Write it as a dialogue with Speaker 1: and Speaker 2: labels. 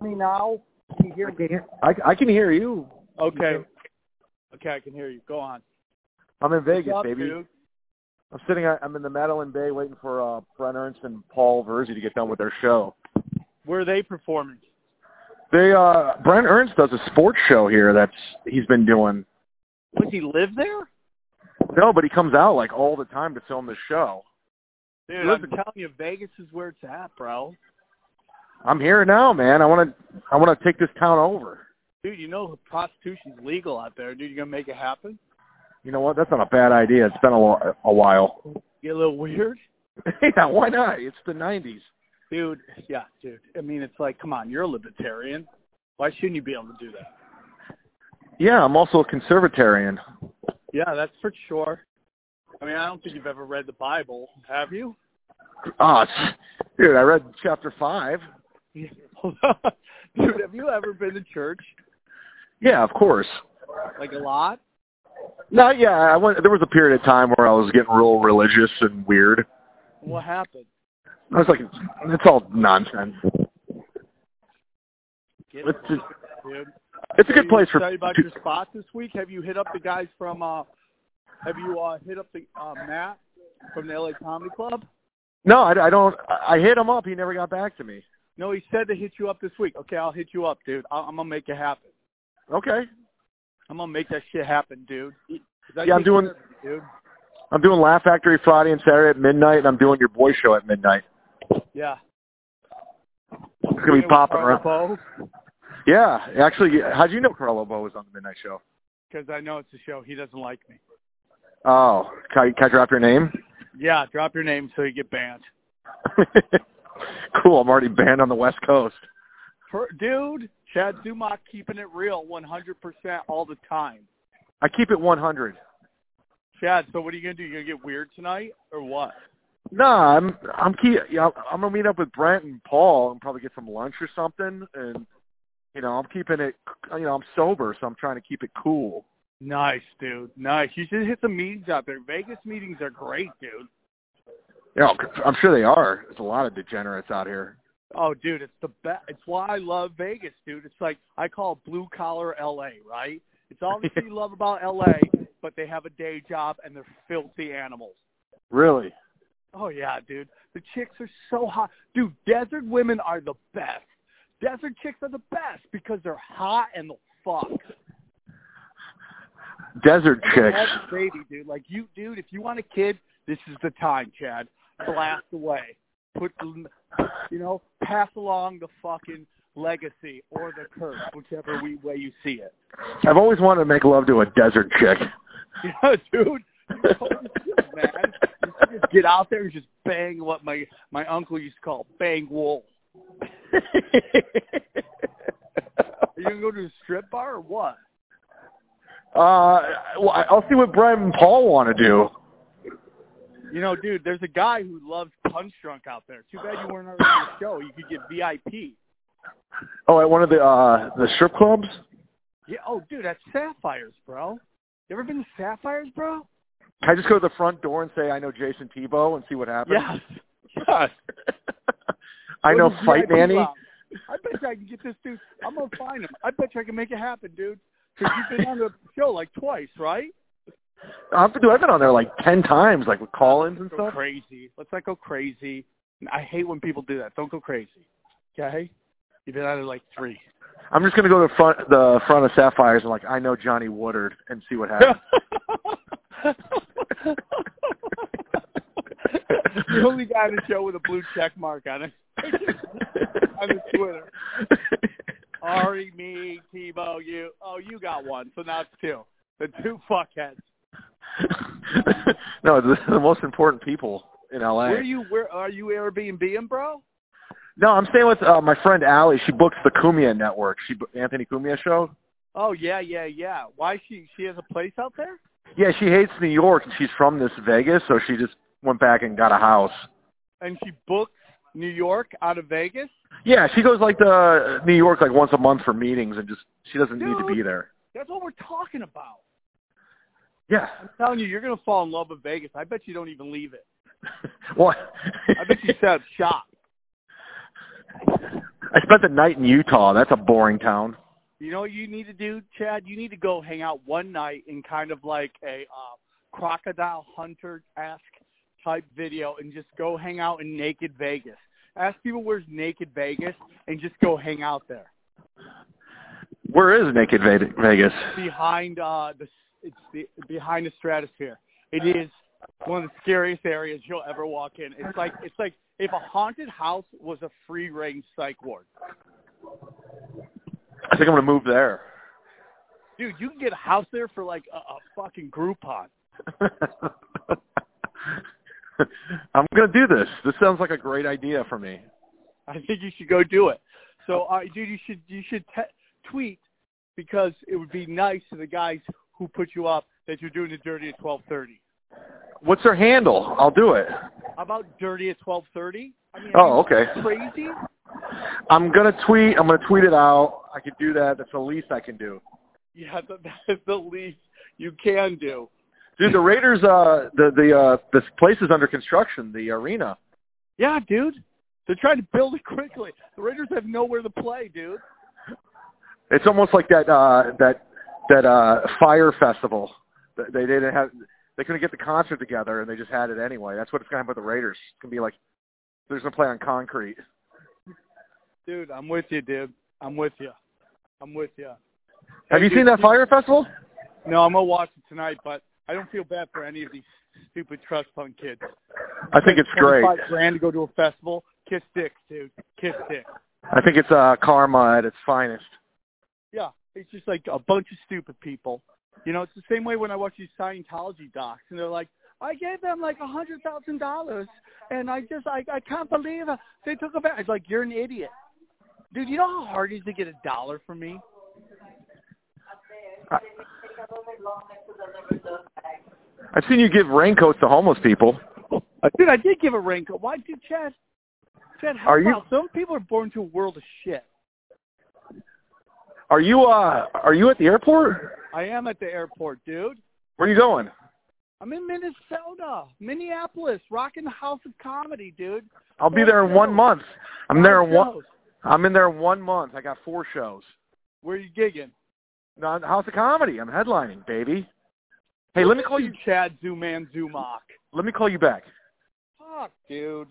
Speaker 1: me now? Can you hear
Speaker 2: I
Speaker 1: me?
Speaker 2: can hear, I, I can hear you.
Speaker 3: Okay. Okay, I can hear you. Go on.
Speaker 2: I'm in Vegas,
Speaker 3: What's up,
Speaker 2: baby.
Speaker 3: dude?
Speaker 2: I'm sitting. I'm in the Madeline Bay waiting for uh, Brent Ernst and Paul Verzi to get done with their show.
Speaker 3: Where are they performing?
Speaker 2: They uh, Brent Ernst does a sports show here. That's he's been doing.
Speaker 3: Does he live there?
Speaker 2: No, but he comes out like all the time to film the show.
Speaker 3: Dude, I'm
Speaker 2: Listen.
Speaker 3: telling you, Vegas is where it's at, bro.
Speaker 2: I'm here now, man. I want to. I want to take this town over.
Speaker 3: Dude, you know prostitution's legal out there, dude. You gonna make it happen?
Speaker 2: You know what? That's not a bad idea. It's been a, lo- a while.
Speaker 3: Get a little weird?
Speaker 2: yeah, why not? It's the '90s.
Speaker 3: Dude, yeah, dude. I mean it's like, come on, you're a libertarian. Why shouldn't you be able to do that?
Speaker 2: Yeah, I'm also a conservatarian.
Speaker 3: Yeah, that's for sure. I mean, I don't think you've ever read the Bible, have you?
Speaker 2: Ah, dude, I read chapter five.
Speaker 3: dude, have you ever been to church?
Speaker 2: Yeah, of course.
Speaker 3: Like a lot?
Speaker 2: No, yeah, I went. There was a period of time where I was getting real religious and weird.
Speaker 3: What happened?
Speaker 2: I was like, it's all nonsense.
Speaker 3: Get
Speaker 2: It's just,
Speaker 3: dude.
Speaker 2: it's a good place for.
Speaker 3: Tell you about your spot this week. Have you hit up the guys from? uh Have you uh hit up the uh, Matt from the LA Comedy Club?
Speaker 2: No, I, I don't. I hit him up. He never got back to me.
Speaker 3: No, he said to hit you up this week. Okay, I'll hit you up, dude. I- I'm gonna make it happen.
Speaker 2: Okay,
Speaker 3: I'm gonna make that shit happen, dude. 'Cause I
Speaker 2: Yeah, I'm
Speaker 3: think
Speaker 2: doing-
Speaker 3: you're- Dude,
Speaker 2: I'm doing Laugh Factory Friday and Saturday at midnight, and I'm doing your boy show at midnight.
Speaker 3: yeah.
Speaker 2: It's gonna be popping around.
Speaker 3: around.
Speaker 2: Yeah, actually, how'd you know Carlo Bo was on the midnight show?
Speaker 3: Because I know it's a show. He doesn't like me.
Speaker 2: Oh, can I, can I drop your name?
Speaker 3: Yeah, drop your name so you get banned.
Speaker 2: cool. I'm already banned on the West Coast.
Speaker 3: Per- dude, Chad Zumach keeping it real 100% all the time.
Speaker 2: I keep it 100.
Speaker 3: Chad, so what are you gonna do? You gonna get weird tonight or what?
Speaker 2: Nah, I'm I'm key. Yeah, I'm gonna meet up with Brent and Paul and probably get some lunch or something. And you know, I'm keeping it. You know, I'm sober, so I'm trying to keep it cool.
Speaker 3: Nice, dude. Nice. You should hit the meetings out there. Vegas meetings are great, dude.
Speaker 2: Yeah, I'm sure they are. There's a lot of degenerates out here.
Speaker 3: Oh, dude, it's the best. It's why I love Vegas, dude. It's like I call it blue collar LA, right? It's all the you love about LA, but they have a day job and they're filthy animals.
Speaker 2: Really?
Speaker 3: Oh yeah, dude. The chicks are so hot. Dude, desert women are the best. Desert chicks are the best because they're hot and the fuck.
Speaker 2: Desert chicks.
Speaker 3: That's a baby, dude. Like you, dude. If you want a kid, this is the time, Chad. Blast away. Put, the- you know, pass along the fucking legacy or the curse, whichever we, way you see it.
Speaker 2: I've always wanted to make love to a desert chick.
Speaker 3: Yeah, dude. You know the shit, man. You should just get out there and just bang what my my uncle used to call bang wool. Are you gonna go to a strip bar or what?
Speaker 2: Uh, well, I- I'll see what Brent and Paul want to do.
Speaker 3: You know, dude, there's a guy who loves Punch Drunk out there. Too bad you weren't already on the show. You could get VIP.
Speaker 2: Oh, at one of the uh the strip clubs.
Speaker 3: Yeah. Oh, dude, that's Sapphires, bro. You ever been to Sapphires, bro?
Speaker 2: Can I just go to the front door and say I know Jason Tebow and see what happens?
Speaker 3: Yes. Yes.
Speaker 2: I know
Speaker 3: What is
Speaker 2: Fight
Speaker 3: VIP
Speaker 2: Nanny.
Speaker 3: lounge? I bet you I can get this dude. I'm gonna find him. I bet you I can make it happen, dude. Because you've been on the show like twice, right?
Speaker 2: I've been, dude, I've been on there like ten times, like with call-ins and
Speaker 3: Go
Speaker 2: stuff.
Speaker 3: crazy. Let's not go crazy. I hate when people do that. Don't go crazy. Okay? You've been on it like three.
Speaker 2: I'm just gonna go to the front, the front of Sapphires, and like I know Johnny Woodard, and see what happens.
Speaker 3: the only guy on the show with a blue check mark on it. on his Twitter. Ari, me, Tebow, you. Oh, you got one, so now it's two. The two fuckheads.
Speaker 2: no, the, the most important people in LA.
Speaker 3: Where are you? Where are you? Airbnb, and bro?
Speaker 2: No, I'm staying with uh, my friend Allie. She books the Cumia Network. She bo- Anthony Cumia show.
Speaker 3: Oh yeah, yeah, yeah. Why she? She has a place out there?
Speaker 2: Yeah, she hates New York, and she's from this Vegas, so she just went back and got a house.
Speaker 3: and she books New York out of Vegas.
Speaker 2: Yeah, she goes like to New York like once a month for meetings, and just she doesn't need to be
Speaker 3: Dude.
Speaker 2: there.
Speaker 3: That's what we're talking about.
Speaker 2: Yeah.
Speaker 3: I'm telling you, you're gonna fall in love with Vegas. I bet you don't even leave it.
Speaker 2: Well,
Speaker 3: I bet you set up shop.
Speaker 2: I spent the night in Utah. That's a boring town.
Speaker 3: You know what you need to do, Chad? You need to go hang out one night in kind of like a uh, crocodile hunter esque type video and just go hang out in naked Vegas. Ask people where's naked Vegas and just go hang out there.
Speaker 2: Where is Naked Ve- Vegas?
Speaker 3: Behind uh the it's the behind the stratosphere. It is one of the scariest areas you'll ever walk in. It's like it's like if a haunted house was a free range psych ward.
Speaker 2: I think I'm gonna move there.
Speaker 3: Dude, you can get a house there for like a, a fucking Groupon.
Speaker 2: I'm gonna do this. This sounds like a great idea for me.
Speaker 3: I think you should go do it. So,
Speaker 2: Oh.
Speaker 3: uh, dude, you should you should te- tweet because it would be nice to the guys who put you up that you're doing the dirty at 12:30.
Speaker 2: What's their handle? I'll do it.
Speaker 3: How about dirty at 12:30? I mean,
Speaker 2: Oh,
Speaker 3: are you
Speaker 2: okay.
Speaker 3: Crazy.
Speaker 2: I'm gonna tweet. I'm gonna tweet it out. I could do that. That's the least I can do.
Speaker 3: Yeah, that, that is the least you can do.
Speaker 2: Dude, the Raiders. Uh, the the uh, this place is under construction. The arena.
Speaker 3: Yeah, dude. They're trying to build it quickly. The Raiders have nowhere to play, dude.
Speaker 2: It's almost like that uh, that that uh, fire festival. They they didn't have. They couldn't get the concert together, and they just had it anyway. That's what it's gonna happen with the Raiders. It's gonna be like they're just gonna play on concrete.
Speaker 3: Dude, I'm with you, dude. I'm with you. I'm with you.
Speaker 2: Have you seen that fire festival?
Speaker 3: No, I'm gonna watch it tonight, but I don't feel bad for any of these stupid trust fund kids.
Speaker 2: I think it's great.
Speaker 3: Twenty-five grand to go to a festival. Kiss dicks, dude. Kiss dicks.
Speaker 2: I think it's uh, karma at its finest.
Speaker 3: Yeah, it's just like a bunch of stupid people. You know, it's the same way when I watch these Scientology docs, and they're like, "I gave them like a hundred thousand dollars, and I just I I can't believe it. they took it back." It's like you're an idiot, dude. You know how hard it is to get a dollar from me?
Speaker 2: I've seen you give raincoats to homeless people.
Speaker 3: Dude, I did give a raincoat. Why, dude, Chad? Chad, how
Speaker 2: Are you-
Speaker 3: about some people are born to a world of shit.
Speaker 2: Are you uh are you at the airport?
Speaker 3: I am at the airport, dude.
Speaker 2: Where are you going?
Speaker 3: I'm in Minnesota, Minneapolis, rocking the house of comedy, dude.
Speaker 2: I'll be there in one month. I'm there in one.
Speaker 3: Shows.
Speaker 2: I'm in there in one month. I got four shows.
Speaker 3: Where are you gigging?
Speaker 2: No, I'm- House of Comedy. I'm headlining, baby. Hey, let me call you.
Speaker 3: Chad Zuman Zumach.
Speaker 2: Let me call you back.
Speaker 3: Fuck, dude.